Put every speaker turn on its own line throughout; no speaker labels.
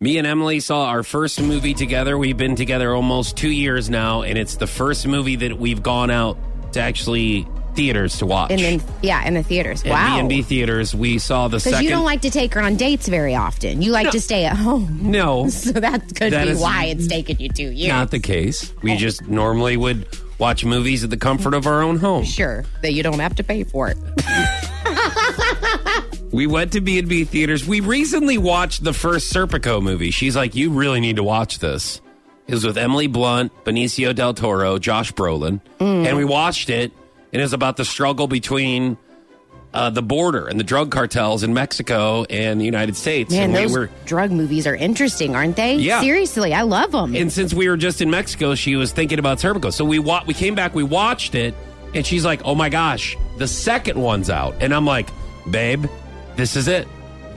Me and Emily saw our first movie together. We've been together almost two years now, and it's the first movie that we've gone out to actually theaters to watch.
And then, yeah, in the theaters.
In
wow.
B&B theaters, we saw the
Because
second.
you don't like to take her on dates very often. You like to stay at home.
no,
So that could
That
be
is
why it's taken you two years.
not the case.
Oh.
We just normally would watch movies at the comfort of our own home.
sure that you don't have to pay for it.
We went to B&B theaters. We recently watched the first Serpico movie. She's like, you really need to watch this. It was with Emily Blunt, Benicio Del Toro, Josh Brolin.
Mm.
And we watched it, and it was about the struggle between uh, the border and the drug cartels in Mexico and the United States.
Man,
and
those
we were
drug movies are interesting, aren't they?
Yeah.
Seriously, I love them.
and since we were just in Mexico, she was thinking about Serpico. So we wa- we came back, we watched it, and she's like, "Oh my gosh, the second one's out!" And I'm like, "Babe, this is it.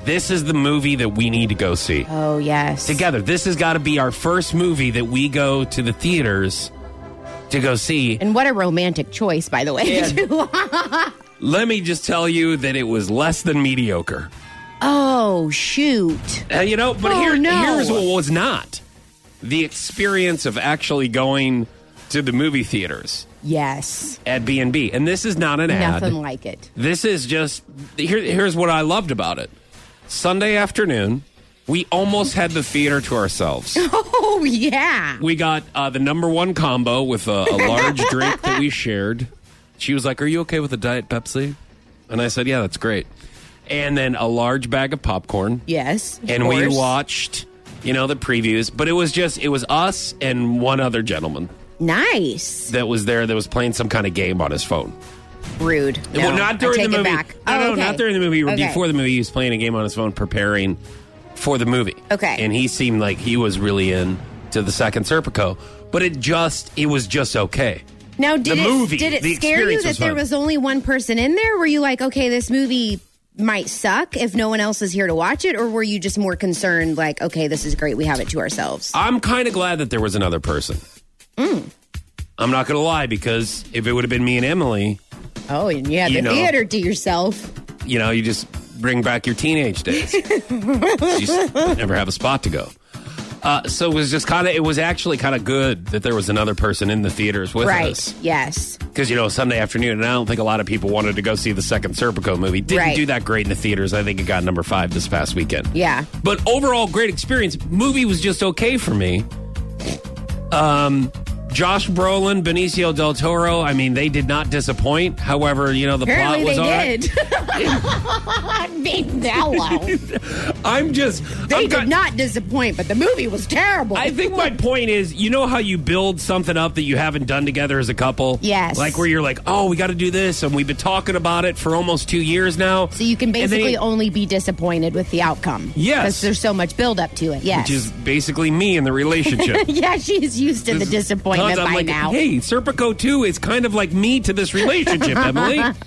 This is the movie that we need to go see
oh, yes.
together. This has got to be our first movie that we go to the theaters to go see."
And what a romantic choice, by the way.
Let me just tell you that it was less than mediocre.
oh, shoot.
Uh, you know, but
Oh,
here,
no.
here's what was not the experience of actually going to the movie theaters.
Yes.
at B&B. And this is not an ad.
Nothing like it.
This is just here, here's what I loved about it. Sunday afternoon, we almost had the theater to ourselves.
Oh, yeah.
We got uh, the number one combo with a, a large drink that we shared. She was like, "Are you okay with a diet Pepsi?" And I said, "Yeah, that's great." And then a large bag of popcorn.
Yes. of
and we
course.
watched, you know, the previews. But it was just it was us and one other gentleman
Nice.
that was there that was playing some kind of game on his phone.
Rude. No,
well, not during
I
the
take
movie.
It back.
No,
oh,
no,
okay.
not during the movie.
Okay.
Before the movie, he was playing a game on his phone, preparing for the movie.
Okay.
and he seemed like he was really in to the second Serpico, but it just it was just okay.
Now, did
the
it
movie,
did it
the
scare you
experience
that
was
there
fun.
was only one person in there? Were you like, okay, this movie might suck if no one else is here to watch it, or were you just more concerned, like, okay, this is great, we have it to ourselves?
I'm kind of glad that there was another person.
Mm.
I'm not gonna lie because if it would have been me and Emily,
oh, and you had
you
the
know.
theater to yourself.
you know, you just bring back your teenage days. you just never have a spot to go. Uh, so it was just kind of, it was actually kind of good that there was another person in the theaters with
Right.
us.
Yes.
because you know Sunday afternoon, and I don't think a lot of people wanted to go see the second Serpico movie. Didn't
Right.
do that great in the theaters. I think it got number five this past weekend.
Yeah.
but overall, great experience. Movie was just okay for me. Um, Josh Brolin, Benicio del Toro. I mean, they did not disappoint. However, you know the
Apparently
plot was
they
all right.
did. I mean, hello.
I'm just
They
I'm
did
got-
not disappoint, but the movie was terrible.
I think my point is, you know how you build something up that you haven't done together as a couple?
Yes.
Like where you're like, oh, we got to do this, and we've been talking about it for almost two years now.
so you can
And then
basically
you-
only be disappointed with the outcome.
Yes.
Because there's so much buildup to it. Yes.
which is basically me in the relationship.
yeah, she's used to the disappointment
Tons, I'm
by
like,
now.
Hey, Serpico 2 is kind of like me to this relationship, Emily.